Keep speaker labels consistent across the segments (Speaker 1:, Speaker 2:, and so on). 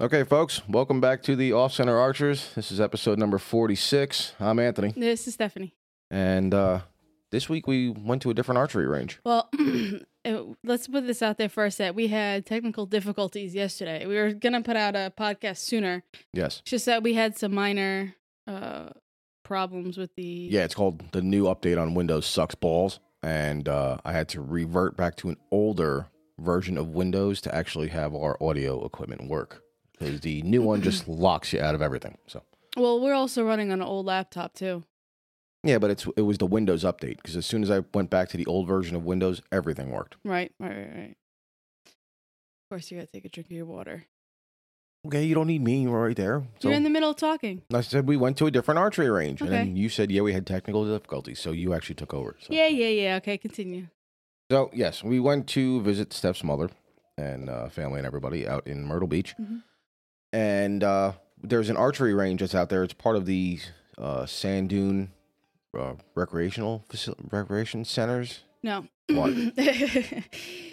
Speaker 1: Okay, folks, welcome back to the Off Center Archers. This is episode number 46. I'm Anthony.
Speaker 2: This is Stephanie.
Speaker 1: And uh, this week we went to a different archery range.
Speaker 2: Well, it- let's put this out there first that we had technical difficulties yesterday. We were going to put out a podcast sooner.
Speaker 1: Yes.
Speaker 2: It's just that we had some minor uh, problems with the.
Speaker 1: Yeah, it's called the new update on Windows Sucks Balls. And uh, I had to revert back to an older version of Windows to actually have our audio equipment work. Because the new one just locks you out of everything. So,
Speaker 2: Well, we're also running on an old laptop, too.
Speaker 1: yeah, but it's it was the Windows update. Because as soon as I went back to the old version of Windows, everything worked.
Speaker 2: Right, right, right, right. Of course, you got to take a drink of your water.
Speaker 1: Okay, you don't need me. You're right there. So-
Speaker 2: You're in the middle of talking.
Speaker 1: I said we went to a different archery range, and
Speaker 2: Okay.
Speaker 1: then you said, "Yeah, we had technical difficulties," so you actually took over. So.
Speaker 2: Yeah, yeah, yeah. Okay, continue.
Speaker 1: So yes, we went to visit Steph's mother and uh, family and everybody out in Myrtle Beach,
Speaker 2: Mhm.
Speaker 1: and uh, there's an archery range that's out there. It's part of the uh, Sand Dune uh, recreational faci- recreation centers.
Speaker 2: No.
Speaker 1: What?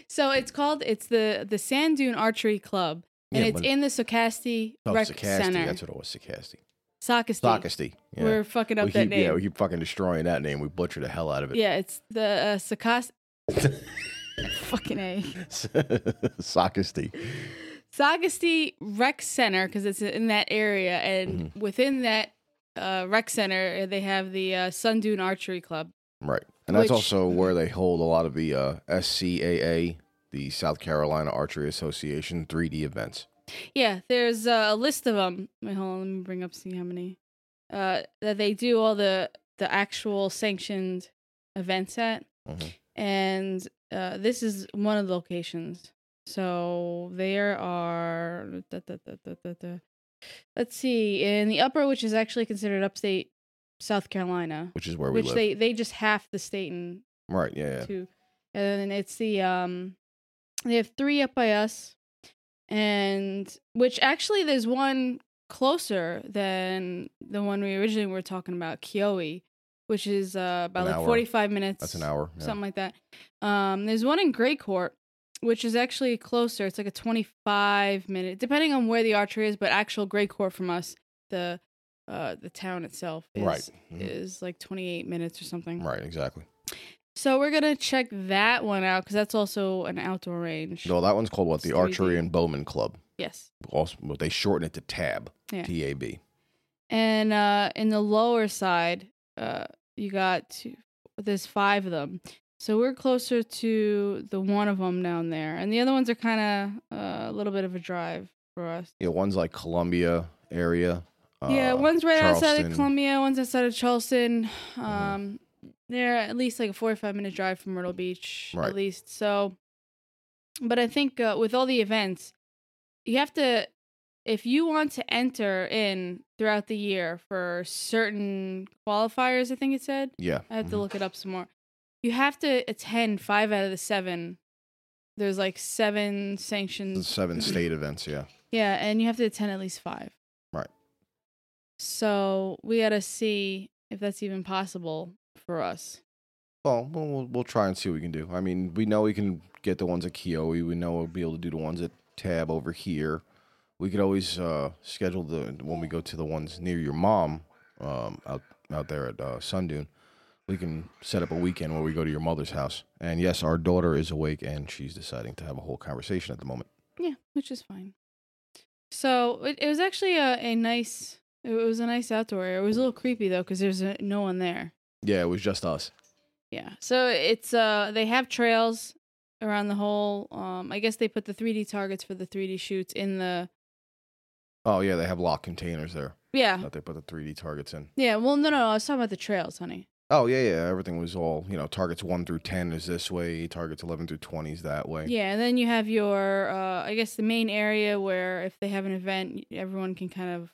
Speaker 2: so it's called, it's the, the Sand Dune Archery Club, and
Speaker 1: Yeah,
Speaker 2: it's
Speaker 1: but-
Speaker 2: in the Socasti
Speaker 1: oh,
Speaker 2: Rec
Speaker 1: Sacasti,
Speaker 2: Center.
Speaker 1: That's what it was, Sacasti.
Speaker 2: Socasty.
Speaker 1: Sacasti. Yeah.
Speaker 2: We're fucking up
Speaker 1: we
Speaker 2: that
Speaker 1: keep,
Speaker 2: name.
Speaker 1: yeah, we keep fucking destroying that name. We butcher the hell out of it.
Speaker 2: Yeah, it's the uh, Sacas- fucking A.
Speaker 1: Sacasti.
Speaker 2: Sagasti Rec Center because it's in that area, and
Speaker 1: Mm-hmm.
Speaker 2: within that uh, rec center, they have the uh, Sun Dune Archery Club.
Speaker 1: Right. And that's
Speaker 2: Which-
Speaker 1: also where they hold a lot of the uh, SCAA, the South Carolina Archery Association 3D events.
Speaker 2: Yeah, there's uh, a list of them. Wait, hold on, let me bring up see how many uh, that they do all the the actual sanctioned events at,
Speaker 1: Mhm.
Speaker 2: and uh, this is one of the locations. So there are, da, da, da, da, da, da. let's see, in the upper, which is actually considered upstate South Carolina,
Speaker 1: Which is where we
Speaker 2: which
Speaker 1: live.
Speaker 2: they they just half the state in
Speaker 1: right, yeah, yeah.
Speaker 2: two. And then it's the um they have three up by us and which actually there's one closer than the one we originally were talking about, Kiowi, which is uh about
Speaker 1: An
Speaker 2: like
Speaker 1: hour.
Speaker 2: forty five minutes.
Speaker 1: That's an hour. yeah.
Speaker 2: Something like that. Um there's one in Gray Court, which is actually closer. It's like a twenty five minute depending on where the archery is, but actual Gray Court from us, the uh the town itself is
Speaker 1: Right. Mhm.
Speaker 2: is like twenty eight minutes or something.
Speaker 1: Right, exactly.
Speaker 2: So we're gonna check that one out because that's also an outdoor range.
Speaker 1: No, that one's called what? The
Speaker 2: It's 3D.
Speaker 1: Archery and Bowman Club.
Speaker 2: Yes.
Speaker 1: Also, well, they shorten it to TAB.
Speaker 2: Yeah.
Speaker 1: TAB.
Speaker 2: And uh in the lower side, uh you got two, there's five of them. So we're closer to the one of them down there, and the other ones are kind of uh, a little bit of a drive for us.
Speaker 1: Yeah, one's like Columbia area.
Speaker 2: yeah,
Speaker 1: uh,
Speaker 2: one's right outside
Speaker 1: Charleston. Mm-hmm.
Speaker 2: of Columbia, one's outside of Charleston. Um, they're at least like a forty-five minute drive from Myrtle Beach,
Speaker 1: Right.
Speaker 2: at least. So, but I think uh, with all the events, you have to, if you want to enter in throughout the year for certain qualifiers, I think it said.
Speaker 1: Yeah.
Speaker 2: I have to
Speaker 1: mhm.
Speaker 2: look it up some more. You have to attend five out of the seven. There's like seven sanctioned
Speaker 1: Mm-hmm. Seven state events, yeah.
Speaker 2: yeah, and you have to attend at least five.
Speaker 1: Right.
Speaker 2: So we gotta see if that's even possible for us.
Speaker 1: Well, we'll we'll- we'll try and see what we can do. I mean, we know we can get the ones at Kiowa. We know we'll be able to do the ones at Tab over here. We could always uh, schedule the when we go to the ones near your mom um, out out there at uh, Sundune. We can set up a weekend where we go to your mother's house. And yes, our daughter is awake and she's deciding to have a whole conversation at the moment.
Speaker 2: Yeah, which is fine. So it, it was actually a, a nice. It was a nice outdoor area. It was a little creepy though, because there's uh no one there.
Speaker 1: Yeah, it was just us.
Speaker 2: Yeah. So it's uh they have trails around the whole. Um, I guess they put the 3D targets for the 3D shoots in the.
Speaker 1: Oh yeah, they have locked containers there
Speaker 2: Yeah.
Speaker 1: that they put the 3D targets in.
Speaker 2: Yeah. Well, no, no, no. I was talking about the trails, honey.
Speaker 1: Oh yeah, yeah. Everything was all you know. Targets one through ten is this way. Targets eleven through twenty is that way.
Speaker 2: Yeah, and then you have your, uh, I guess, the main area where if they have an event, everyone can kind of,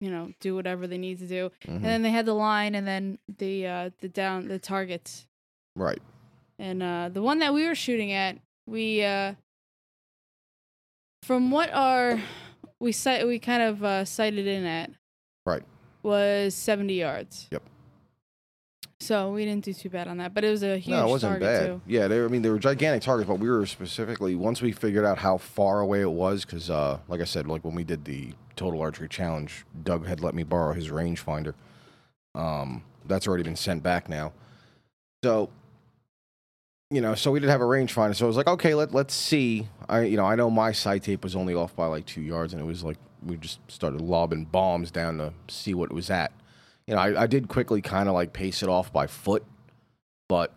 Speaker 2: you know, do whatever they need to do.
Speaker 1: Mhm.
Speaker 2: And then they had the line, and then the uh, the down the targets,
Speaker 1: Right.
Speaker 2: and uh, the one that we were shooting at, we, uh, from what our we si- we kind of uh, sighted in at,
Speaker 1: Right.
Speaker 2: was seventy yards.
Speaker 1: Yep.
Speaker 2: So we didn't do too bad on that, but it was a huge
Speaker 1: no, it wasn't
Speaker 2: target
Speaker 1: bad.
Speaker 2: too.
Speaker 1: Yeah, they, I mean, they were gigantic targets, but we were specifically once we figured out how far away it was, because uh, like I said, like when we did the total archery challenge, Doug had let me borrow his rangefinder. Um, that's already been sent back now. So, you know, so we did have a rangefinder. So I was like, okay, let let's see. I, you know, I know my sight tape was only off by like two yards, and it was like we just started lobbing bombs down to see what it was at. You know, I, I did quickly kind of like pace it off by foot, but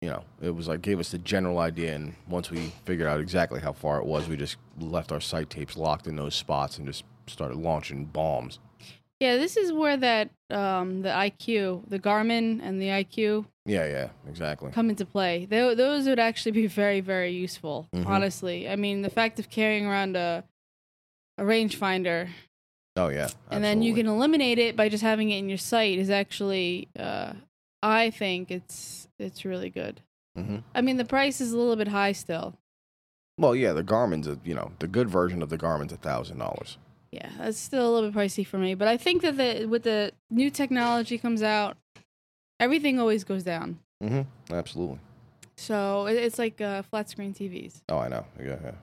Speaker 1: you know, it was like gave us the general idea. And once we figured out exactly how far it was, we just left our sight tapes locked in those spots and just started launching bombs.
Speaker 2: Yeah, this is where that um the IQ, the Garmin and the IQ
Speaker 1: Yeah, yeah, exactly.
Speaker 2: come into play. Tho- those would actually be very very useful,
Speaker 1: Mhm.
Speaker 2: honestly. I mean, the fact of carrying around a a rangefinder
Speaker 1: Oh yeah,
Speaker 2: and then you
Speaker 1: absolutely.
Speaker 2: can eliminate it by just having it in your sight is actually uh I think it's it's really good.
Speaker 1: Mhm.
Speaker 2: I mean, the price is a little bit high still.
Speaker 1: Well, yeah, the Garmin's a, you know the good version of the Garmin's a thousand dollars.
Speaker 2: Yeah, that's still a little bit pricey for me, but I think that the with the new technology comes out, everything always goes down.
Speaker 1: Absolutely.
Speaker 2: So it- it's like uh, flat screen TVs.
Speaker 1: Oh, I know. Yeah, yeah.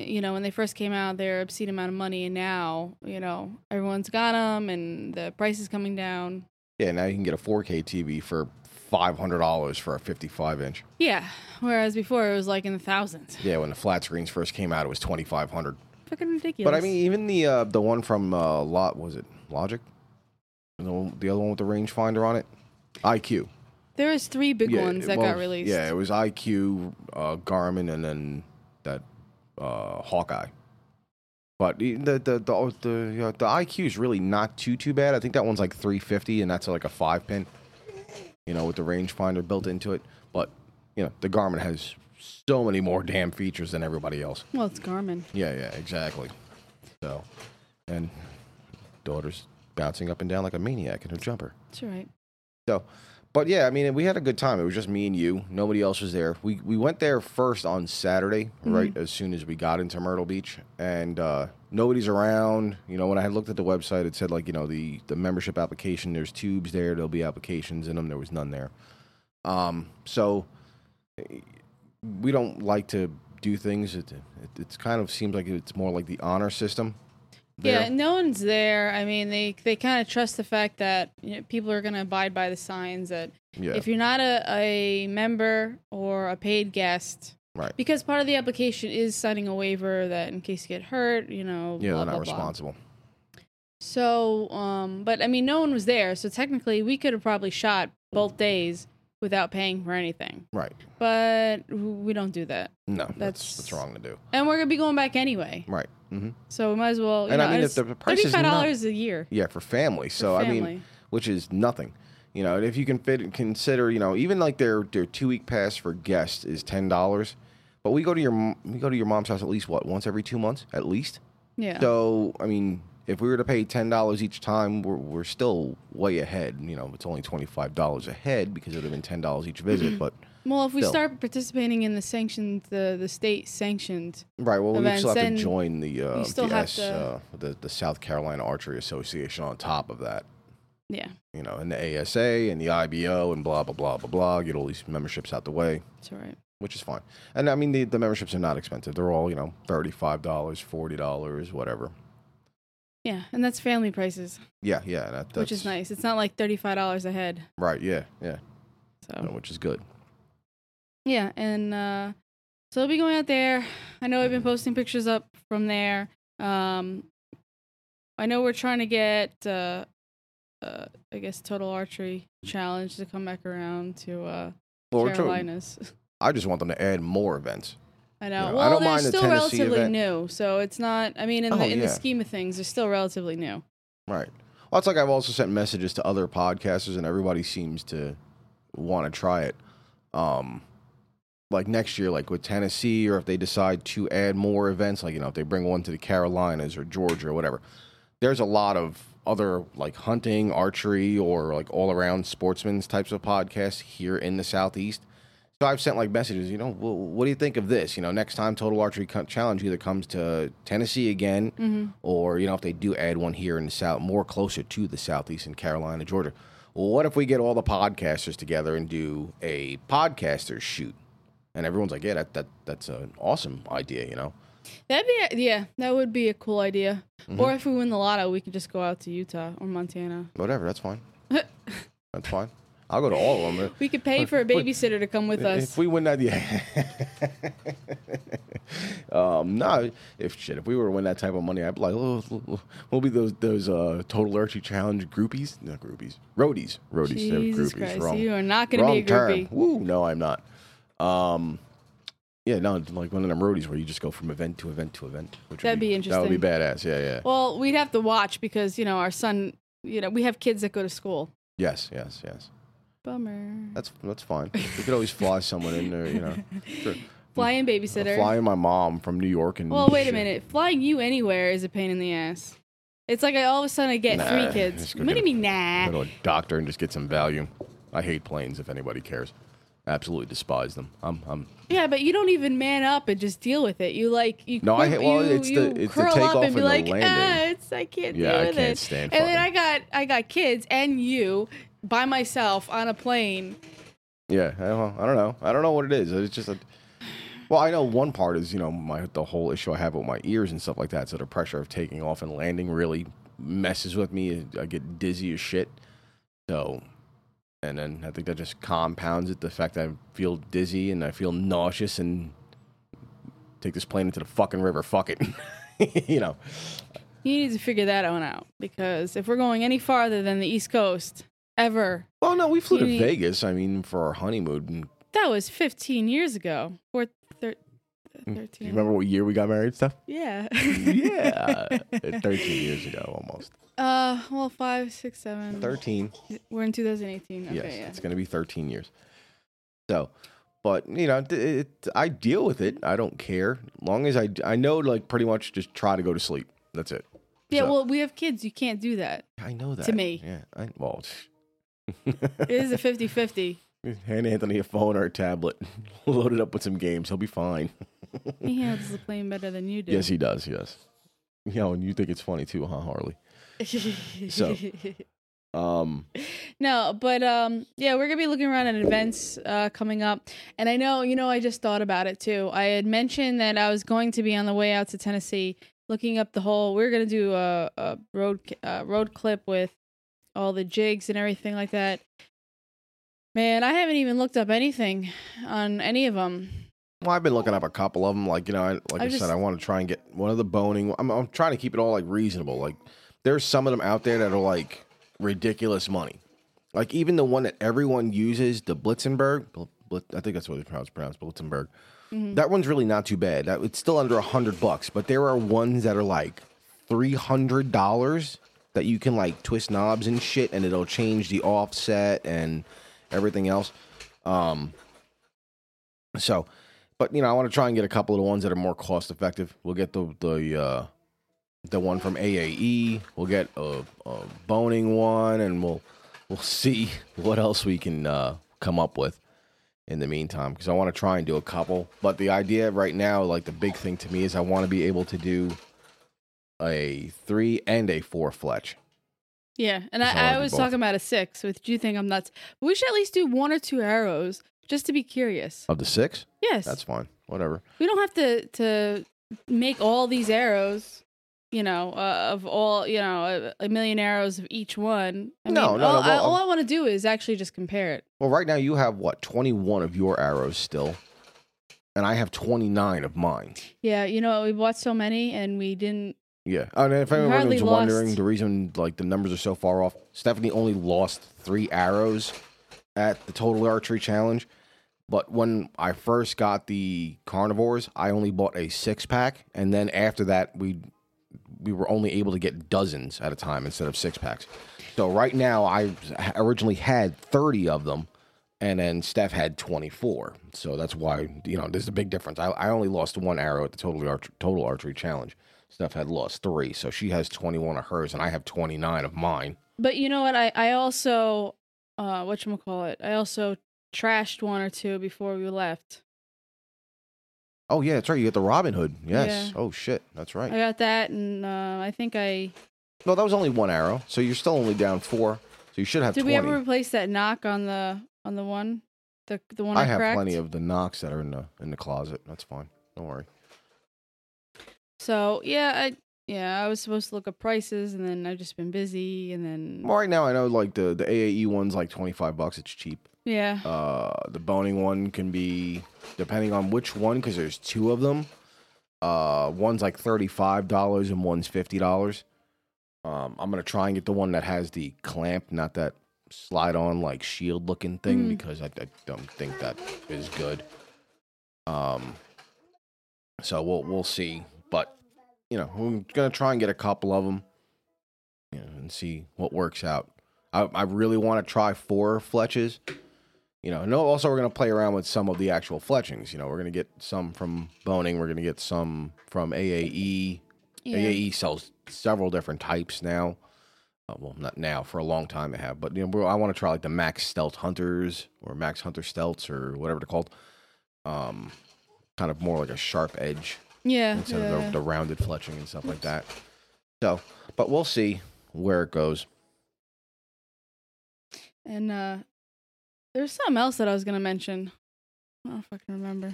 Speaker 2: You know, when they first came out, they're obscene amount of money, and now you know everyone's got them, and the price is coming down.
Speaker 1: Yeah, now you can get a 4K TV for five hundred dollars for a 55 inch.
Speaker 2: Yeah, whereas before it was like in the thousands.
Speaker 1: Yeah, when the flat screens first came out, it was 2,500.
Speaker 2: Fucking ridiculous.
Speaker 1: But I mean, even the uh, the one from uh, Lot was it Logic? The, one, the other one with the rangefinder on it, IQ.
Speaker 2: there was three big
Speaker 1: Yeah,
Speaker 2: ones
Speaker 1: it-
Speaker 2: that
Speaker 1: well,
Speaker 2: got released.
Speaker 1: Yeah, it was IQ, uh, Garmin, and then that uh, Hawkeye. But the the the the, the, uh, the IQ is really not too too bad. I think that one's like 350, and that's like a five pin. You know, with the rangefinder built into it. But you know, the Garmin has so many more damn features than everybody else.
Speaker 2: Well, it's Garmin.
Speaker 1: Yeah, yeah, exactly. So, and daughter's bouncing up and down like a maniac in her jumper.
Speaker 2: That's all right.
Speaker 1: So, but yeah, I mean, we had a good time. It was just me and you. Nobody else was there. We we went there first on Saturday,
Speaker 2: Mm-hmm.
Speaker 1: right as soon as we got into Myrtle Beach, and uh, nobody's around. You know, when I had looked at the website, it said like you know the the membership application. There's tubes there. There'll be applications in them. There was none there. Um, so eh, we don't like to do things. It it it's kind of seems like it's more like the honor system. there.
Speaker 2: Yeah, no one's there. I mean, they they kind of trust the fact that you know, people are going to abide by the signs that
Speaker 1: yeah,
Speaker 2: if you're not a, a member or a paid guest,
Speaker 1: Right.
Speaker 2: Because part of the application is signing a waiver that in case you get hurt, you know,
Speaker 1: yeah,
Speaker 2: blah,
Speaker 1: they're not
Speaker 2: blah, blah.
Speaker 1: responsible.
Speaker 2: So, um, but I mean, no one was there, so technically we could have probably shot both days without paying for anything.
Speaker 1: Right?
Speaker 2: But we don't do that,
Speaker 1: No, that's that's,
Speaker 2: That's-
Speaker 1: wrong to do.
Speaker 2: and we're gonna be going back anyway,
Speaker 1: Right. hmm
Speaker 2: so we might as well. You
Speaker 1: And
Speaker 2: know,
Speaker 1: I mean,
Speaker 2: it's
Speaker 1: if the price is
Speaker 2: thirty-five
Speaker 1: not-
Speaker 2: dollars a year.
Speaker 1: Yeah, for family. So I
Speaker 2: family.
Speaker 1: mean, which is nothing. You know, and if you can fit, consider, you know, even like their their two week pass for guests is ten dollars, but we go to your m- we go to your mom's house at least what once every two months at least.
Speaker 2: Yeah.
Speaker 1: So I mean, if we were to pay ten dollars each time, we're we're still way ahead. You know, it's only twenty five dollars ahead because it would have been ten dollars each visit. but
Speaker 2: Well, if we
Speaker 1: Still.
Speaker 2: start participating in the sanctioned, the the state sanctioned,
Speaker 1: right, well, we
Speaker 2: Events
Speaker 1: still have to
Speaker 2: and
Speaker 1: join the uh,
Speaker 2: you still
Speaker 1: the,
Speaker 2: have
Speaker 1: S,
Speaker 2: to-
Speaker 1: uh, the the South Carolina Archery Association on top of that.
Speaker 2: yeah,
Speaker 1: you know, and the ASA and the IBO and blah blah blah blah blah. Get all these memberships out the way,
Speaker 2: it's all right.
Speaker 1: which is fine. And I mean, the, the memberships are not expensive. They're all you know, thirty five dollars, forty dollars, whatever.
Speaker 2: Yeah, and that's family prices,
Speaker 1: Yeah, yeah, that, that's
Speaker 2: which is nice. It's not like thirty five dollars a head.
Speaker 1: Right? Yeah, yeah,
Speaker 2: So
Speaker 1: no, which is good.
Speaker 2: yeah, and uh, so I'll be going out there. I know I've been posting pictures up from there. Um, I know we're trying to get, uh, uh, I guess, total archery challenge to come back around to uh,
Speaker 1: Well, we're trying-
Speaker 2: Carolinas.
Speaker 1: I just want them to add more events.
Speaker 2: I know.
Speaker 1: Yeah, I
Speaker 2: well,
Speaker 1: don't
Speaker 2: they're
Speaker 1: mind the
Speaker 2: still
Speaker 1: Tennessee
Speaker 2: relatively
Speaker 1: event.
Speaker 2: new, so it's not. I mean, in
Speaker 1: Oh,
Speaker 2: the in
Speaker 1: yeah.
Speaker 2: the scheme of things, they're still relatively new.
Speaker 1: Right. Well, it's like I've also sent messages to other podcasters, and everybody seems to want to try it. Um, like next year, like with Tennessee, or if they decide to add more events, like you know, if they bring one to the Carolinas or Georgia or whatever. There's a lot of other like hunting, archery, or like all around sportsmen's types of podcasts here in the Southeast. So I've sent like messages, you know, wh- what do you think of this? You know, next time Total Archery Co- Challenge either comes to Tennessee again, or you know, if they do add one here in the South, more closer to the Southeast in Carolina, Georgia, what if we get all the podcasters together and do a podcaster shoot? And everyone's like, yeah, that, that that's an awesome idea, you know?
Speaker 2: That'd be a, yeah, that would be a cool idea.
Speaker 1: Mm-hmm.
Speaker 2: Or if we win the lotto, we could just go out to Utah or Montana.
Speaker 1: Whatever, that's fine. that's fine. I'll go to all of them.
Speaker 2: We could pay for a
Speaker 1: Wait.
Speaker 2: babysitter to come with
Speaker 1: If
Speaker 2: us.
Speaker 1: we win that, yeah. um, no, if shit, if we were to win that type of money, I'd be like, oh, we'll be those those uh, total archie challenge groupies, not groupies, roadies, roadies, they're
Speaker 2: Jesus
Speaker 1: groupies.
Speaker 2: Christ,
Speaker 1: wrong,
Speaker 2: you are not going to
Speaker 1: wrong
Speaker 2: be a
Speaker 1: term.
Speaker 2: groupie.
Speaker 1: Woo, no, I'm not. Um, yeah, no, like one of them roadies where you just go from event to event to event. Which
Speaker 2: That'd
Speaker 1: would
Speaker 2: be
Speaker 1: That would be badass. Yeah, yeah.
Speaker 2: Well, we'd have to watch because you know our son. You know we have kids that go to school.
Speaker 1: yes, yes, yes.
Speaker 2: Bummer.
Speaker 1: That's that's fine. We could always fly someone in there, you know. Sure.
Speaker 2: Flying babysitter.
Speaker 1: Flying my mom from New York and
Speaker 2: well, wait a
Speaker 1: shit.
Speaker 2: minute. Flying you anywhere is a pain in the ass. It's like I all of a sudden I get
Speaker 1: Nah,
Speaker 2: three
Speaker 1: just
Speaker 2: kids.
Speaker 1: go
Speaker 2: What do
Speaker 1: get
Speaker 2: you
Speaker 1: a-
Speaker 2: mean,
Speaker 1: go to
Speaker 2: nah?
Speaker 1: a doctor and just get some value. I hate planes if anybody cares. Absolutely despise them. I'm, I'm
Speaker 2: Yeah, but you don't even man up and just deal with it. You like you.
Speaker 1: No, I
Speaker 2: quip-
Speaker 1: hate- well,
Speaker 2: you,
Speaker 1: it's the-
Speaker 2: you
Speaker 1: it's the
Speaker 2: curl up
Speaker 1: takeoff
Speaker 2: and be
Speaker 1: and the
Speaker 2: like,
Speaker 1: landing.
Speaker 2: ah, it's I can't
Speaker 1: Yeah,
Speaker 2: deal
Speaker 1: I
Speaker 2: with
Speaker 1: can't
Speaker 2: it.
Speaker 1: stand
Speaker 2: And then I
Speaker 1: fucking-
Speaker 2: got I got kids and you by myself on a plane.
Speaker 1: yeah. I don't, I don't know. I don't know what it is. It's just a, well, I know one part is you know my the whole issue I have with my ears and stuff like that. So the pressure of taking off and landing really messes with me. I get dizzy as shit. So, and then I think that just compounds it. The fact that I feel dizzy and I feel nauseous and take this plane into the fucking river. Fuck it. you know.
Speaker 2: You need to figure that one out because if we're going any farther than the East Coast ever,
Speaker 1: Well, no, we flew to
Speaker 2: You-
Speaker 1: Vegas. I mean, for our honeymoon. And
Speaker 2: that was 15 years ago or thir-
Speaker 1: Do Hmm.
Speaker 2: 13.
Speaker 1: you remember Mm-hmm. what year we got married, and stuff?
Speaker 2: Yeah.
Speaker 1: Yeah, thirteen years ago, almost
Speaker 2: Uh, well, five, six, seven.
Speaker 1: thirteen.
Speaker 2: We're in 2018. Okay,
Speaker 1: yes,
Speaker 2: yeah.
Speaker 1: it's gonna be thirteen years. So, but you know, it, it, I deal with it. I don't care. Long as I, I know, like pretty much, just try to go to sleep. That's it.
Speaker 2: yeah,
Speaker 1: so-
Speaker 2: well, we have kids. You can't do that.
Speaker 1: I know that.
Speaker 2: me.
Speaker 1: yeah. I, well,
Speaker 2: It is a 50 50.
Speaker 1: hand Anthony a phone or a tablet, load it up with some games. He'll be fine.
Speaker 2: He handles the plane better than you do.
Speaker 1: Yes, he does. Yes. You know, and you think it's funny too, huh, Harley? So. Um.
Speaker 2: No, but um, yeah, we're gonna be looking around at events uh, coming up, and I know, you know, I just thought about it too. I had mentioned that I was going to be on the way out to Tennessee, looking up the whole. We are gonna do a, a road c- uh, road clip with all the jigs and everything like that. Man, I haven't even looked up anything on any of them.
Speaker 1: Well, I've been looking up a couple of them. Like you know, I, like
Speaker 2: I
Speaker 1: I,
Speaker 2: just-
Speaker 1: said, I want to try and get one of the boning. I'm, I'm trying to keep it all like reasonable. Like there's some of them out there that are like ridiculous money. Like even the one that everyone uses, the Blitzenberg. Bl- Blit, I think that's what it's pronounced. pronounced Blitzenberg.
Speaker 2: Mm-hmm.
Speaker 1: That one's really not too bad. That it's still under a hundred bucks. But there are ones that are like three hundred dollars that you can like twist knobs and shit, and it'll change the offset and everything else. Um, so, but you know, I want to try and get a couple of the ones that are more cost effective. We'll get the the uh, the one from AAE. We'll get a, a boning one, and we'll we'll see what else we can uh, come up with in the meantime. Because I want to try and do a couple. But the idea right now, like the big thing to me, is I want to be able to do a three and a four fletch.
Speaker 2: Yeah, and
Speaker 1: That's all I
Speaker 2: I, I
Speaker 1: do
Speaker 2: was
Speaker 1: both.
Speaker 2: talking about a six. With do you think I'm nuts? But we should at least do one or two arrows just to be curious.
Speaker 1: Of the six,
Speaker 2: Yes,
Speaker 1: Oh, that's fine. Whatever.
Speaker 2: we don't have to to make all these arrows you know uh, of all you know a- a million arrows of each one I
Speaker 1: No,
Speaker 2: mean,
Speaker 1: no,
Speaker 2: all,
Speaker 1: no,
Speaker 2: I,
Speaker 1: well,
Speaker 2: all i want to do is actually just compare it
Speaker 1: Well, right now you have what twenty one of your arrows still, and I have twenty nine of mine.
Speaker 2: yeah you know we bought so many and we didn't
Speaker 1: Yeah, Oh, and if
Speaker 2: You
Speaker 1: anyone
Speaker 2: hardly
Speaker 1: was wondering,
Speaker 2: lost.
Speaker 1: the reason like the numbers are so far off, Stephanie only lost three arrows at the total archery challenge. But when I first got the carnivores, I only bought a six pack, and then after that, we we were only able to get dozens at a time instead of six packs. So right now, I originally had thirty of them, and then Steph had twenty four. So that's why you know there's a big difference. I, I only lost one arrow at the total arch- total archery challenge. Steph had lost three, so she has twenty one of hers, and I have twenty nine of mine.
Speaker 2: but you know what i i also uh whatchamacallit i also trashed one or two before we left
Speaker 1: Oh yeah, that's right. You get the Robin Hood. Yes.
Speaker 2: Yeah.
Speaker 1: Oh shit, that's right.
Speaker 2: i got that and uh i think i
Speaker 1: No, that was only one arrow. So you're still only down four. you should have
Speaker 2: Did
Speaker 1: 20.
Speaker 2: we ever replace that knock on the on the one? The the one I,
Speaker 1: I have
Speaker 2: cracked?
Speaker 1: plenty of the knocks that are in the in the closet. That's fine. Don't worry.
Speaker 2: So yeah, I yeah, I was supposed to look up prices and then I've just been busy and then
Speaker 1: Well, right now I know like the the AAE one's like 25 bucks. It's cheap.
Speaker 2: yeah.
Speaker 1: Uh, the boning one can be depending on which one because there's two of them. Uh, one's like thirty-five dollars and one's fifty dollars. Um, I'm gonna try and get the one that has the clamp, not that slide-on like shield-looking thing,
Speaker 2: Mhm.
Speaker 1: because I, I don't think that is good. Um, so we'll we'll see, but you know we're gonna try and get a couple of them, you know, and see what works out. I I really want to try four fletches you know, and also we're gonna play around with some of the actual fletchings. You know, we're gonna get some from boning, we're gonna get some from E. AAE.
Speaker 2: yeah.
Speaker 1: AAE sells several different types now. Uh, well, not now for a long time they have, but you know, bro, I want to try like the Max Stealth Hunters or Max Hunter Stealths or whatever they're called. Um, kind of more like a sharp edge
Speaker 2: Yeah.
Speaker 1: instead
Speaker 2: yeah.
Speaker 1: of the, the rounded fletching and stuff like that. So, but we'll see where it goes.
Speaker 2: And uh there's something else that I was gonna mention. I don't fucking remember.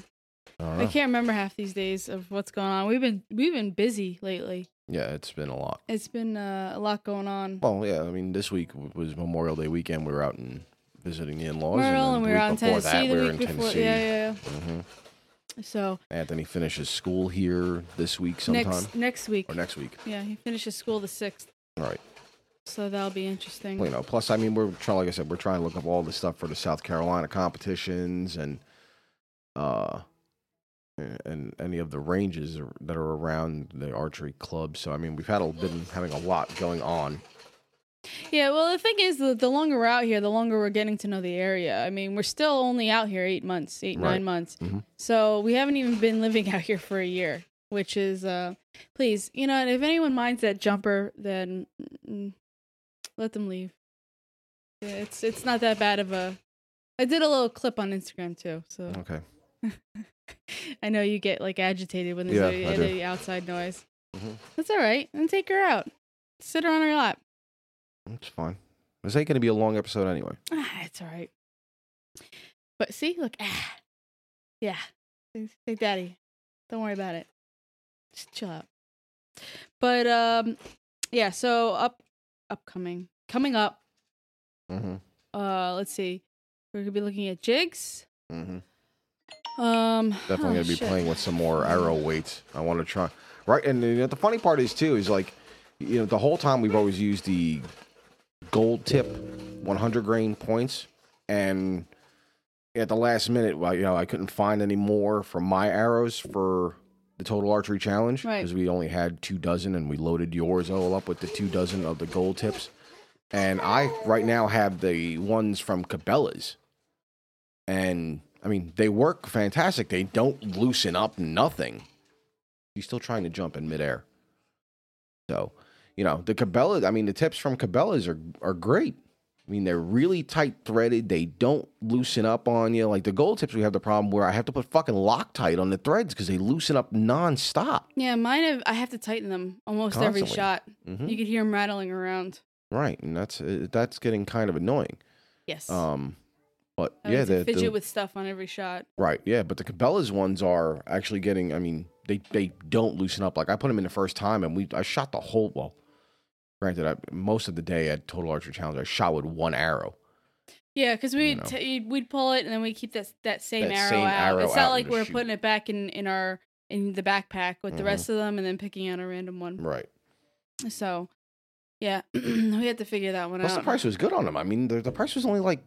Speaker 1: I don't
Speaker 2: I
Speaker 1: know.
Speaker 2: can't remember half these days of what's going on. We've been we've been busy lately.
Speaker 1: Yeah, it's been a lot.
Speaker 2: It's been uh, a lot going on.
Speaker 1: Well, yeah. I mean, this week w- was Memorial Day weekend. We were out and visiting the in-laws.
Speaker 2: We're all-
Speaker 1: then
Speaker 2: and
Speaker 1: the
Speaker 2: we were
Speaker 1: week
Speaker 2: out in
Speaker 1: before
Speaker 2: Tennessee
Speaker 1: That,
Speaker 2: the
Speaker 1: we were
Speaker 2: week
Speaker 1: in
Speaker 2: before.
Speaker 1: Tennessee.
Speaker 2: Yeah, yeah,
Speaker 1: Mhm.
Speaker 2: yeah. So
Speaker 1: Anthony finishes school here this week sometime
Speaker 2: next next week.
Speaker 1: or next week.
Speaker 2: Yeah, he finishes school the sixth,
Speaker 1: All right.
Speaker 2: so that'll be interesting.
Speaker 1: Well, you know, plus, I mean, we're trying, like I said, we're trying to look up all the stuff for the South Carolina competitions and, uh, and any of the ranges ar- that are around the archery club. So, I mean, we've had a, been having a lot going on.
Speaker 2: Yeah, well, the thing is, the, the longer we're out here, the longer we're getting to know the area. I mean, we're still only out here eight months, eight,
Speaker 1: Right.
Speaker 2: nine months.
Speaker 1: Mhm.
Speaker 2: So we haven't even been living out here for a year, which is, uh, please, you know, and if anyone minds that jumper, then mm, let them leave. Yeah, It's it's not that bad of a. I did a little clip on Instagram too, so
Speaker 1: Okay.
Speaker 2: I know you get like agitated when there's
Speaker 1: Yeah,
Speaker 2: any-
Speaker 1: I do.
Speaker 2: any outside noise.
Speaker 1: Mhm.
Speaker 2: That's all right. And take her out. Sit her on her lap.
Speaker 1: It's fine. This ain't going to be a long episode anyway.
Speaker 2: Ah, it's all right. But see, look, ah, yeah. Hey, daddy, don't worry about it. Just chill out. But um, yeah. So up, upcoming, coming up.
Speaker 1: Mm-hmm.
Speaker 2: Uh, let's see. We're gonna be looking at jigs.
Speaker 1: Mm-hmm.
Speaker 2: Um,
Speaker 1: definitely
Speaker 2: oh,
Speaker 1: gonna be
Speaker 2: shit.
Speaker 1: playing with some more arrow weights. I want to try right, and you know, the funny part is too is like, you know, the whole time we've always used the gold tip, 100 grain points, and at the last minute, well, you know, I couldn't find any more from my arrows for the total archery challenge
Speaker 2: Right.
Speaker 1: because we only had two dozen, and we loaded yours all up with the two dozen of the gold tips, and I right now have the ones from Cabela's and I mean they work fantastic. They don't loosen up nothing. He's still trying to jump in midair. So, you know, the Cabela, I mean, the tips from Cabela's are are great. I mean, they're really tight threaded. They don't loosen up on you. Like the gold tips, we have the problem where I have to put fucking Loctite on the threads because they loosen up nonstop.
Speaker 2: Yeah, mine. Have, I have to tighten them almost every
Speaker 1: Constantly.
Speaker 2: shot.
Speaker 1: Mm-hmm.
Speaker 2: You could hear them rattling around.
Speaker 1: Right, and that's uh, that's getting kind of annoying.
Speaker 2: Yes.
Speaker 1: Um, but
Speaker 2: I
Speaker 1: yeah,
Speaker 2: have to
Speaker 1: the,
Speaker 2: Oh, fidget
Speaker 1: the,
Speaker 2: with stuff on every shot.
Speaker 1: Right. Yeah, but the Cabela's ones are actually getting. I mean, they they don't loosen up. Like I put them in the first time, and we I shot the whole. Well, granted, I, most of the day at Total Archer Challenge, I shot with one arrow.
Speaker 2: Yeah, because we
Speaker 1: know.
Speaker 2: t- we'd pull it and then we keep that that same
Speaker 1: That
Speaker 2: arrow
Speaker 1: same
Speaker 2: out.
Speaker 1: arrow
Speaker 2: it's
Speaker 1: out
Speaker 2: not
Speaker 1: and
Speaker 2: like
Speaker 1: just
Speaker 2: we're
Speaker 1: shoot.
Speaker 2: putting it back in in our in the backpack with the
Speaker 1: Mhm.
Speaker 2: rest of them and then picking out a random one.
Speaker 1: Right.
Speaker 2: So, yeah, we had to figure that one
Speaker 1: Plus, the
Speaker 2: out.
Speaker 1: price was good on them. I mean, the, the price was only like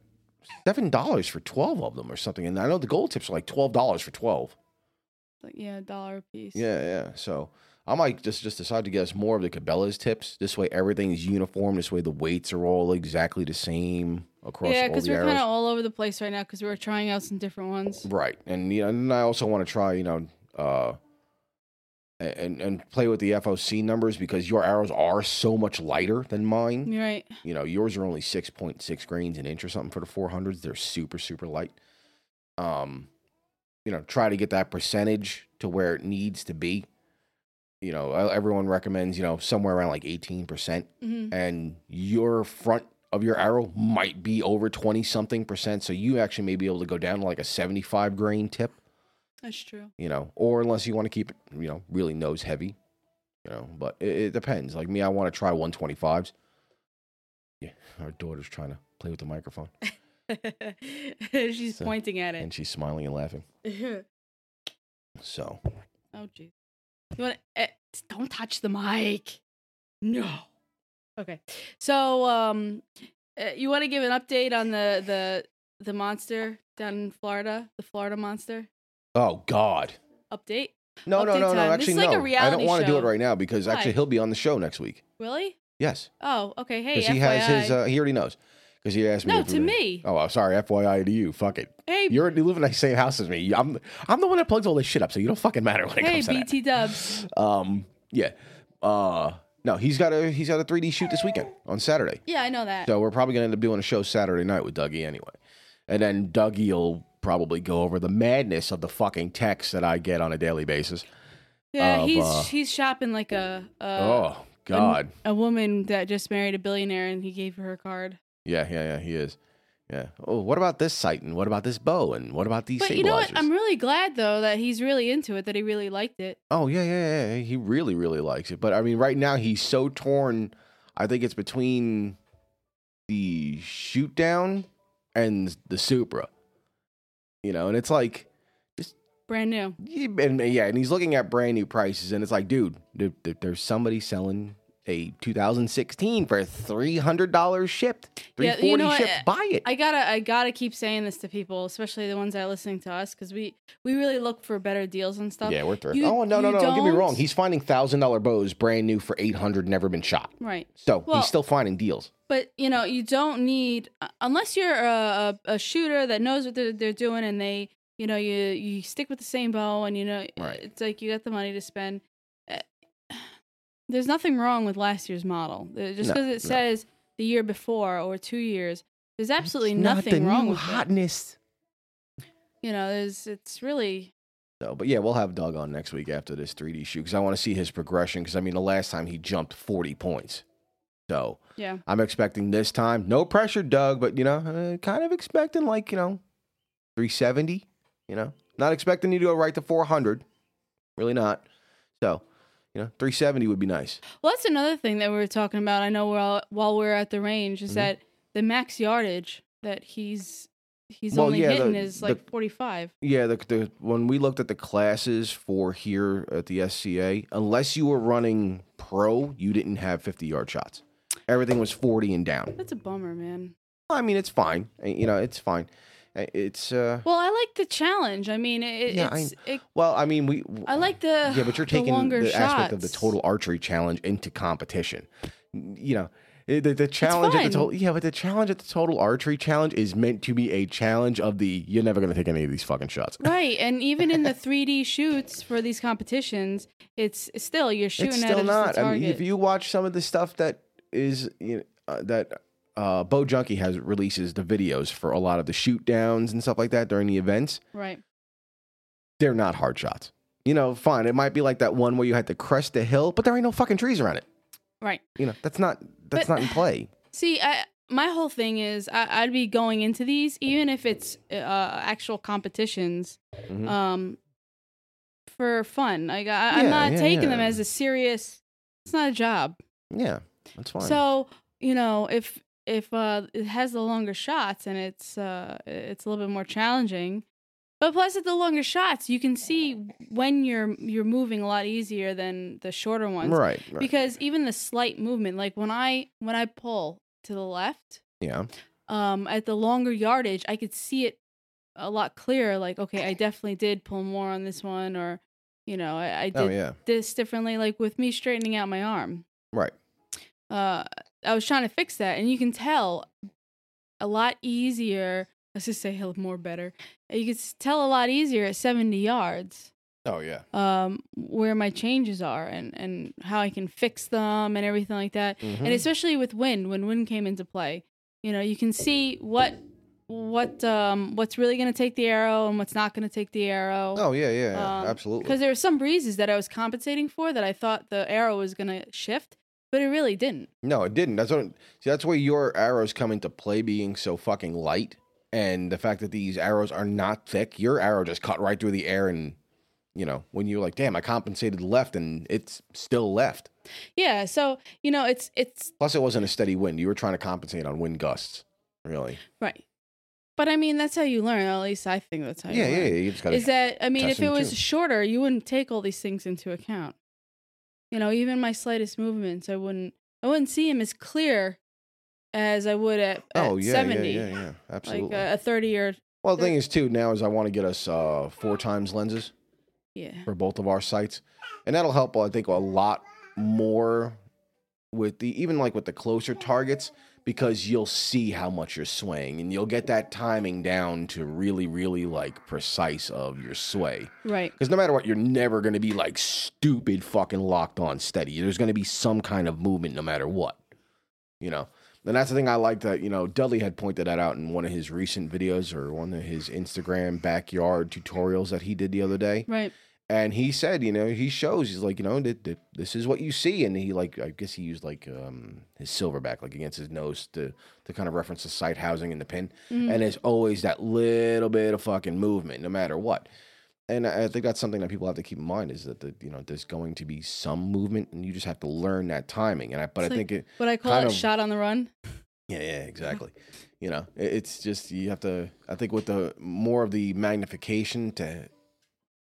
Speaker 1: seven dollars for twelve of them or something. And I know the gold tips are like twelve dollars for twelve.
Speaker 2: Like, yeah, a dollar a piece.
Speaker 1: Yeah, yeah. So I might just just decide to get us more of the Cabela's tips. This way, everything's uniform. This way, the weights are all exactly the same across
Speaker 2: yeah,
Speaker 1: all
Speaker 2: because
Speaker 1: the
Speaker 2: we're
Speaker 1: arrows.
Speaker 2: kind of all over the place right now because we were trying out some different ones.
Speaker 1: Right, and you know, and I also want to try, you know, uh, and and play with the FOC numbers because your arrows are so much lighter than mine.
Speaker 2: You're right.
Speaker 1: You know, yours are only six point six grains an inch or something for the four hundreds. They're super super light. Um, you know, try to get that percentage to where it needs to be. You
Speaker 2: Mm-hmm.
Speaker 1: know, e- everyone recommends you know somewhere around like eighteen percent
Speaker 2: hmm
Speaker 1: and your front of your arrow might be over 20 something percent. So you actually may be able to go down to like a 75 grain tip,
Speaker 2: That's true.
Speaker 1: you know, or unless you want to keep it, you know, really nose heavy, you know, but it, it depends. Like me, I want to try 125s. Yeah. Our daughter's trying to play with the microphone
Speaker 2: She's
Speaker 1: So-
Speaker 2: pointing at it.
Speaker 1: and she's smiling and laughing.
Speaker 2: oh,
Speaker 1: So
Speaker 2: jeez. You want to, don't touch the mic. No. Okay. So, um, uh, you want to give an update on the the the monster down in Florida, the Florida monster
Speaker 1: Oh God!
Speaker 2: update?
Speaker 1: No, no,
Speaker 2: Update
Speaker 1: no, no.
Speaker 2: time. This
Speaker 1: Actually,
Speaker 2: is like a
Speaker 1: no. I don't
Speaker 2: reality
Speaker 1: want to do it
Speaker 2: show.
Speaker 1: right now because actually
Speaker 2: Why?
Speaker 1: he'll be on the show next week.
Speaker 2: Really?
Speaker 1: Yes,
Speaker 2: Oh, okay. Hey,
Speaker 1: because
Speaker 2: FYI.
Speaker 1: he has his. Uh, he already knows because he asked me.
Speaker 2: no,
Speaker 1: if we
Speaker 2: to
Speaker 1: were-
Speaker 2: me.
Speaker 1: Oh, I'm sorry. FYI to you. Fuck it.
Speaker 2: hey,
Speaker 1: You're you live in the same house as me. I'm I'm the one that plugs all this shit up, so you don't fucking matter when it
Speaker 2: hey,
Speaker 1: comes to
Speaker 2: BT Dubs.
Speaker 1: that. Um, yeah. Uh, no, he's got a he's got a 3D shoot this weekend on Saturday.
Speaker 2: Yeah, I know that.
Speaker 1: So we're probably gonna end up doing a show Saturday night with Dougie anyway, and then Dougie will probably go over the madness of the fucking texts that I get on a daily basis.
Speaker 2: yeah,
Speaker 1: of,
Speaker 2: he's
Speaker 1: uh,
Speaker 2: he's shopping like a a,
Speaker 1: oh God,
Speaker 2: a woman that just married a billionaire and he gave her her card.
Speaker 1: yeah, yeah, yeah, he is. Yeah. Oh, what about this site and what about this bow and what about these
Speaker 2: But you know
Speaker 1: stabilizers?
Speaker 2: what? I'm really glad though that he's really into it. That he really liked it.
Speaker 1: Oh yeah, yeah, yeah, yeah. He really, really likes it. But I mean, right now he's so torn. I think it's between the shoot down and the Supra. You know, and it's like,
Speaker 2: Brand new.
Speaker 1: and yeah, and he's looking at brand new prices, and it's like, dude, there, there- there's somebody selling a 2016 for three hundred dollars shipped, three
Speaker 2: Yeah,
Speaker 1: forty
Speaker 2: you know what?
Speaker 1: shipped. Buy it.
Speaker 2: I gotta I gotta keep saying this to people, especially the ones that are listening to us, because we we really look for better deals and stuff.
Speaker 1: yeah, we're thrifty.
Speaker 2: you-
Speaker 1: Oh no, no,
Speaker 2: you
Speaker 1: no! Don't get me
Speaker 2: don't-
Speaker 1: wrong. He's finding thousand dollar bows, brand new for eight hundred, never been shot.
Speaker 2: Right.
Speaker 1: So
Speaker 2: Well-
Speaker 1: he's still finding deals.
Speaker 2: But you know, you don't need uh, unless you're a, a, a shooter that knows what they're, they're doing, and they, you know, you you stick with the same bow, and you know,
Speaker 1: Right.
Speaker 2: it's like you got the money to spend. Uh, There's nothing wrong with last year's model, Uh, just
Speaker 1: No,
Speaker 2: because
Speaker 1: no.
Speaker 2: it says the year before or two years. There's absolutely
Speaker 1: It's
Speaker 2: nothing
Speaker 1: not the
Speaker 2: wrong
Speaker 1: new
Speaker 2: with it.
Speaker 1: hotness.
Speaker 2: You know, there's it's really
Speaker 1: So, but yeah, we'll have Doug on next week after this 3D shoot because I want to see his progression. Because I mean, the last time he jumped 40 points, so
Speaker 2: yeah.
Speaker 1: I'm expecting this time no pressure, Doug. But you know, uh, kind of expecting like you know 370. You know, not expecting you to go right to 400. Really not. So, you know, 370 would be nice.
Speaker 2: Well, that's another thing that we were talking about. I know we're all, while we're at the range is
Speaker 1: Mhm.
Speaker 2: that the max yardage that he's he's
Speaker 1: Well,
Speaker 2: only
Speaker 1: yeah,
Speaker 2: hitting
Speaker 1: the-
Speaker 2: is
Speaker 1: the-
Speaker 2: like 45.
Speaker 1: Yeah, the, the when we looked at the classes for here at the SCA, unless you were running pro, you didn't have 50 yard shots. Everything was 40 and down.
Speaker 2: That's a bummer, man.
Speaker 1: I mean, it's fine. Uh, You know, it's fine. Uh, It's uh
Speaker 2: Well, I like the challenge. I mean, it,
Speaker 1: Yeah, I-
Speaker 2: it's it,
Speaker 1: well, I mean, we
Speaker 2: I like the
Speaker 1: Yeah, but you're
Speaker 2: the
Speaker 1: taking the,
Speaker 2: longer
Speaker 1: aspect of the
Speaker 2: shots.
Speaker 1: total archery challenge into competition. You know, uh, the, the challenge at the
Speaker 2: fun.
Speaker 1: total yeah, but the challenge at the total archery challenge is meant to be a challenge of the you're never going to take any of these fucking shots.
Speaker 2: Right, and even in the 3D shoots for these competitions, it's still you're shooting
Speaker 1: it's
Speaker 2: at
Speaker 1: still
Speaker 2: a,
Speaker 1: not.
Speaker 2: not.
Speaker 1: I
Speaker 2: target.
Speaker 1: mean, if you watch some of the stuff that is you know, uh, that uh, Bo Junkie has releases the videos for a lot of the shoot downs and stuff like that during the events,
Speaker 2: right,
Speaker 1: they're not hard shots. You know, fine. It might be like that one where you had to crest the hill, but there ain't no fucking trees around it.
Speaker 2: right.
Speaker 1: You know, that's not that's
Speaker 2: But-
Speaker 1: not in play.
Speaker 2: See, I my whole thing is I, I'd be going into these even if it's uh, actual competitions,
Speaker 1: Mhm.
Speaker 2: um, for fun. Like I, I'm
Speaker 1: Yeah,
Speaker 2: not
Speaker 1: yeah,
Speaker 2: taking
Speaker 1: yeah.
Speaker 2: them as a serious. It's not a job.
Speaker 1: yeah, that's fine.
Speaker 2: So you know if if uh, it has the longer shots and it's uh, it's a little bit more challenging, but plus at the longer shots you can see when you're you're moving a lot easier than the shorter ones
Speaker 1: right, right.
Speaker 2: because even the slight movement, like when I when I pull to the left,
Speaker 1: yeah,
Speaker 2: um, at the longer yardage I could see it a lot clearer. Like okay, I definitely did pull more on this one, or you know I, I did
Speaker 1: oh yeah,
Speaker 2: this differently like with me straightening out my arm
Speaker 1: Right.
Speaker 2: uh i was trying to fix that and you can tell a lot easier let's just say hell more better you can s- tell a lot easier at 70 yards
Speaker 1: oh yeah.
Speaker 2: um where my changes are and and how i can fix them and everything like that
Speaker 1: Mhm.
Speaker 2: and especially with wind when wind came into play you know you can see what what um what's really going to take the arrow and what's not going to take the arrow
Speaker 1: oh yeah, yeah, yeah.
Speaker 2: um,
Speaker 1: absolutely.
Speaker 2: because there were some breezes that I was compensating for that I thought the arrow was going to shift. but it really didn't.
Speaker 1: No, it didn't. That's what. See, that's where your arrows come into play, being so fucking light, and the fact that these arrows are not thick. Your arrow just cut right through the air, and you know when you're like, "Damn, I compensated left, and it's still left."
Speaker 2: Yeah, so you know, it's it's
Speaker 1: Plus, it wasn't a steady wind. You were trying to compensate on wind gusts, really.
Speaker 2: right, but I mean, that's how you learn. At least I think that's how.
Speaker 1: Yeah,
Speaker 2: you
Speaker 1: yeah, yeah.
Speaker 2: learn.
Speaker 1: You just gotta.
Speaker 2: Oh, Is that I mean,
Speaker 1: test
Speaker 2: if it
Speaker 1: them
Speaker 2: was
Speaker 1: too.
Speaker 2: shorter, you wouldn't take all these things into account. You know, even my slightest movements, I wouldn't. I wouldn't see him as clear as I would at, at
Speaker 1: oh yeah,
Speaker 2: seventy,
Speaker 1: yeah, yeah, yeah. Absolutely.
Speaker 2: like uh, a, a thirty or
Speaker 1: well, the thing is too now is I want to get us uh, four times lenses.
Speaker 2: yeah.
Speaker 1: for both of our sites, and that'll help. I think a lot more with the even like with the closer targets because you'll see how much you're swaying and you'll get that timing down to really really like precise of your sway
Speaker 2: Right.
Speaker 1: because no matter what you're never going to be like stupid fucking locked on steady there's going to be some kind of movement no matter what you know and that's the thing i like that you know dudley had pointed that out in one of his recent videos or one of his instagram backyard tutorials that he did the other day
Speaker 2: Right.
Speaker 1: and he said, you know, he shows, he's like, you know, th- th- this is what you see. And he like, I guess he used like um, his silverback, like against his nose to, to kind of reference the sight housing in the pin.
Speaker 2: Mhm.
Speaker 1: And there's always that little bit of fucking movement, no matter what. And I I think that's something that people have to keep in mind is that, the, you know, there's going to be some movement and you just have to learn that timing. And I, but
Speaker 2: It's
Speaker 1: I
Speaker 2: like-
Speaker 1: think it,
Speaker 2: What I call
Speaker 1: kind
Speaker 2: it,
Speaker 1: of-
Speaker 2: shot on the run.
Speaker 1: yeah, yeah, exactly. You know, it, it's just you have to. I think with the more of the magnification to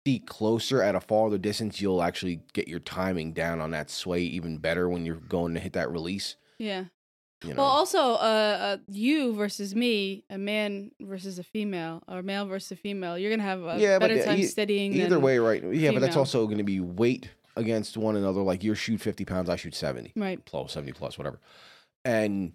Speaker 1: be closer at a farther distance, you'll actually get your timing down on that sway even better when you're going to hit that release.
Speaker 2: Yeah.
Speaker 1: You know,
Speaker 2: Well, also, uh, uh, you versus me, a man versus a female, or male versus a female, you're gonna have a
Speaker 1: Yeah, but
Speaker 2: better
Speaker 1: the-
Speaker 2: time
Speaker 1: e-
Speaker 2: steadying.
Speaker 1: either
Speaker 2: than-
Speaker 1: way, right? Yeah, but that's
Speaker 2: female.
Speaker 1: also going to be weight against one another. Like you shoot fifty pounds, I shoot seventy.
Speaker 2: Right.
Speaker 1: plus 70 plus whatever and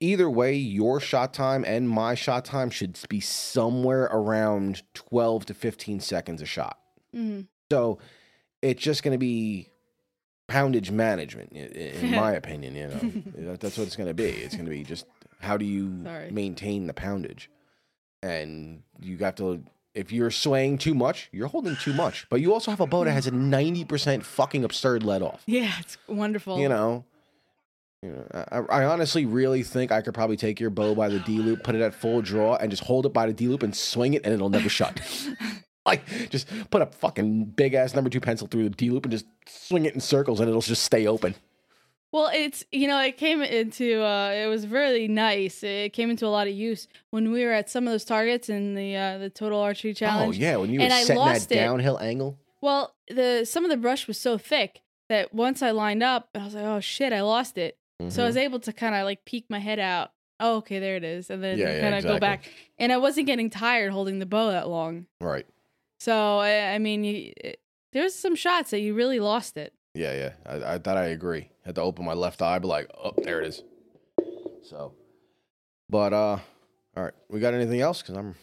Speaker 1: either way your shot time and my shot time should be somewhere around 12 to 15 seconds a shot
Speaker 2: hmm
Speaker 1: so it's just going to be poundage management i- i- in my opinion you know That- that's what it's going to be it's going to be just how do you
Speaker 2: Sorry.
Speaker 1: maintain the poundage and you got to if you're swaying too much you're holding too much but you also have a bow that has a 90% fucking absurd let off
Speaker 2: Yeah, it's wonderful.
Speaker 1: you know, you know, I, I honestly really think I could probably take your bow by the D loop, put it at full draw, and just hold it by the D loop and swing it, and it'll never shut. like, just put a fucking big ass number two pencil through the D loop and just swing it in circles, and it'll just stay open. Oh,
Speaker 2: Well, it's you know, it came into uh, it was really nice. It came into a lot of use when we were at some of those targets in the uh, the total archery challenge.
Speaker 1: Oh yeah, when you
Speaker 2: And
Speaker 1: were
Speaker 2: I
Speaker 1: setting that
Speaker 2: lost it.
Speaker 1: downhill angle.
Speaker 2: Well, the some of the brush was so thick that once I lined up, I was like, oh shit, I lost it.
Speaker 1: Mm-hmm.
Speaker 2: So I was able to kind of like peek my head out. Oh, okay, there it is, and then
Speaker 1: Mm-hmm. Yeah, yeah,
Speaker 2: kind of
Speaker 1: exactly.
Speaker 2: go back. And I wasn't getting tired holding the bow that long.
Speaker 1: right.
Speaker 2: So I, I mean, you, it, there's some shots that you really lost it.
Speaker 1: Yeah, yeah. I, I thought I agree. Had to open my left eye, but like, oh, there it is. So, but uh, all right. We got anything else? Because I'm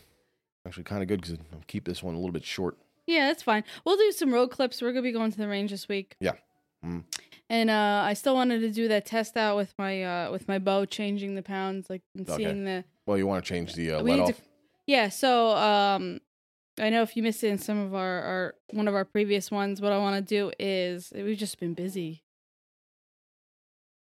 Speaker 1: actually kind of good because I'll keep this one a little bit short.
Speaker 2: Yeah, that's fine. We'll do some road clips. We're gonna be going to the range this week.
Speaker 1: Yeah. Mm.
Speaker 2: And uh, I still wanted to do that test out with my uh, with my bow, changing the pounds, like and
Speaker 1: Okay.
Speaker 2: seeing the
Speaker 1: Well, you want to change the uh,
Speaker 2: We
Speaker 1: let
Speaker 2: need
Speaker 1: off.
Speaker 2: to- Yeah, so um I know if you missed it in some of our, our one of our previous ones, what I want to do is we've just been busy.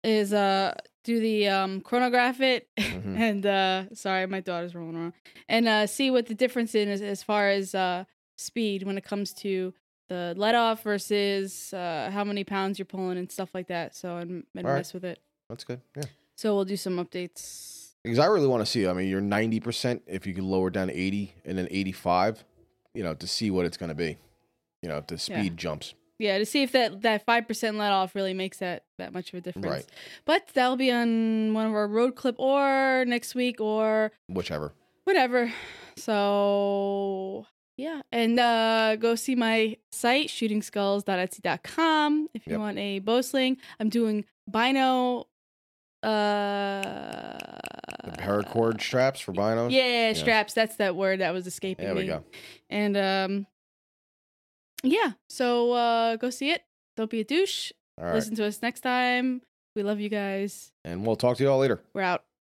Speaker 2: Is uh do the um chronograph it
Speaker 1: Mhm.
Speaker 2: and uh sorry, my daughter's rolling around. And uh see what the difference in is as far as uh speed when it comes to the let off versus uh how many pounds you're pulling and stuff like that. So and, and
Speaker 1: All right.
Speaker 2: mess with it.
Speaker 1: That's good. Yeah.
Speaker 2: So we'll do some updates.
Speaker 1: Because I really want to see. I mean, you're 90% if you can lower down to 80 and then 85, you know, to see what it's going to be, you know, if the
Speaker 2: Yeah.
Speaker 1: speed jumps.
Speaker 2: Yeah, to see if that that five percent let off really makes that that much of a difference.
Speaker 1: Right.
Speaker 2: But that'll be on one of our road clip or next week or
Speaker 1: Whichever.
Speaker 2: whatever. So yeah, and uh, go see my site shootingskulls.etsy.com if you
Speaker 1: Yep.
Speaker 2: want a bow sling. I'm doing bino. Uh,
Speaker 1: The paracord straps for binos.
Speaker 2: yeah,
Speaker 1: Yes.
Speaker 2: straps. That's that word that was escaping
Speaker 1: There
Speaker 2: me
Speaker 1: we go.
Speaker 2: and um yeah so uh go see it don't be a douche
Speaker 1: All right.
Speaker 2: listen to us next time we love you guys
Speaker 1: And we'll talk to you all later.
Speaker 2: we're out